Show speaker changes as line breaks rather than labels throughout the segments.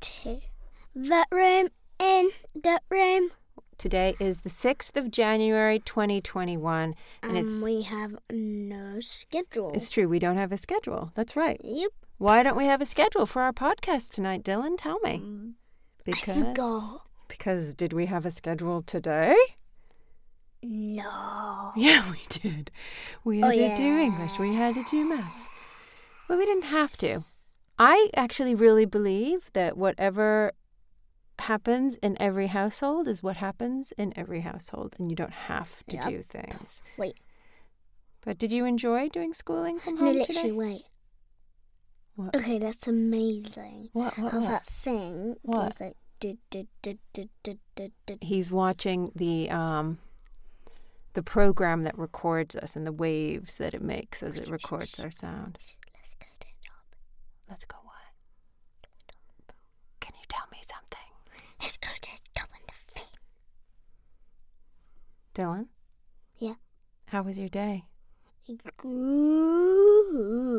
to the room in the room.
Today is the 6th of January 2021, and
And
it's
Um, we have no schedule.
it's true we don't have a schedule. That's right.
yep.
Why don't we have a schedule for our podcast tonight, Dylan? Tell me.
Mm, I
Because
forgot.
because did we have a schedule today?
No.
Yeah, we did. We
Oh,
had to do English. We had to do maths. But we didn't have to. I actually really believe that whatever happens in every household is what happens in every household, and you don't have to
Yep.
do things.
Wait.
But did you enjoy doing schooling from
No,
home
literally,
today?
wait.
What?
Okay, that's amazing.
What? What?
How
what?
that thing
What?
goes like. Du, du, du, du, du, du, du.
He's watching the um, the program that records us and the waves that it makes as it records our sound.
Let's go to the top.
Let's go. What? Can you tell me something,
Let's go to the top and the feet.
Dylan?
Yeah.
How was your day? What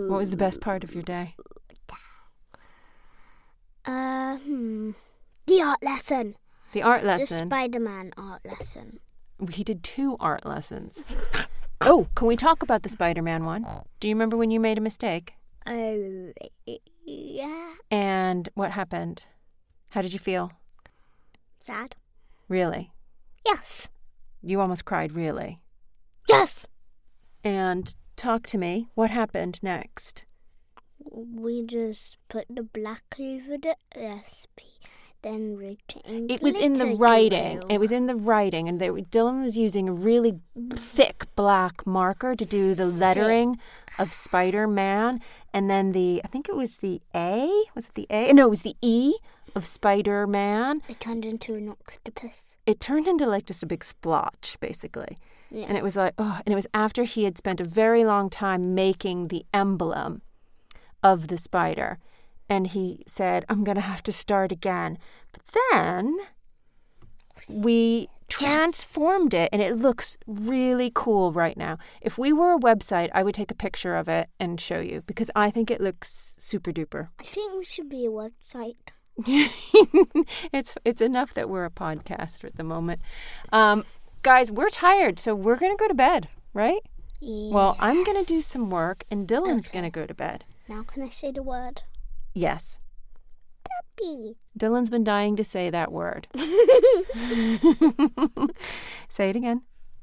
What
was the best part of your day?
Uh, hmm. The art lesson.
The art
The
lesson.
Spider Man art lesson.
he did two art lessons. Oh, can we talk about the Spider-Man one? Do you remember when you made a mistake
Oh, yeah.
and what happened? How did you feel?
Sad.
Really?
Yes.
You almost cried, really.
Yes.
And talk to me. What happened next?
We just put the black over the SP, then we changed
It was in the
glitter
writing.
glue.
It was in the writing, and they, Dylan was using a really thick black marker to do the lettering of Spider Man, and then the I think it was the A. Was it the A? No, it was the E of Spider Man.
It turned into an octopus.
It turned into like just a big splotch, basically.
Yeah.
And it was like, oh, and it was after he had spent a very long time making the emblem of the spider. And he said, I'm going to have to start again. But then we transformed it and it looks really cool right now. If we were a website, I would take a picture of it and show you because I think it looks super duper.
I think we should be a website.
it's it's enough that we're a podcaster at the moment. Um, guys, we're tired, so we're going to go to bed, right? Well, I'm going to do some work and Dylan's going to go to bed.
Now can I say the word?
Yes.
Puppy.
Dylan's been dying to say that word. say it again.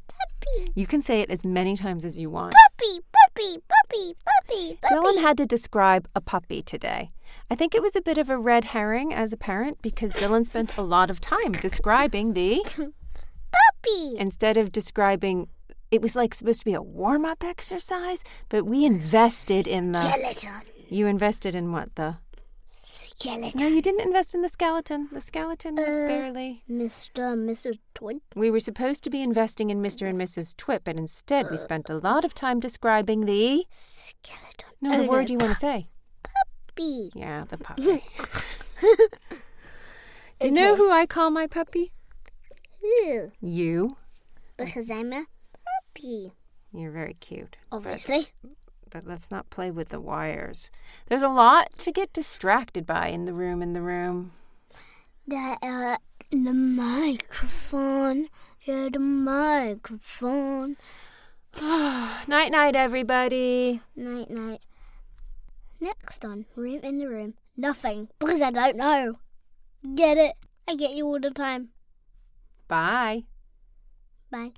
Puppy.
You can say it as many times as you want.
Puppy. Puppy. Puppy. Puppy.
Dylan had to describe a puppy today. I think it was a bit of a red herring as a parent because Dylan spent a lot of time describing the
Puppy.
instead of describing it was like supposed to be a warm-up exercise, but we invested in the
Skeleton.
you invested in what the
Skeleton.
No, you didn't invest in the skeleton. The skeleton was barely.
Mr. and Mrs. Twin.
We were supposed to be investing in Mr. and Mrs. Twip, and instead we spent a lot of time describing the.
Skeleton.
No, the
Oh,
word you want to say.
Puppy.
Yeah, the puppy. Do you know who I call my puppy?
Ew,
You.
because I'm a puppy.
You're very cute.
Obviously.
But let's not play with the wires. There's a lot to get distracted by in the room, in the room.
The, uh, the microphone. Yeah, the microphone.
Night, night, everybody.
Night, night. Next on Room in the Room. Nothing, because I don't know. Get it? I get you all the time.
Bye.
Bye.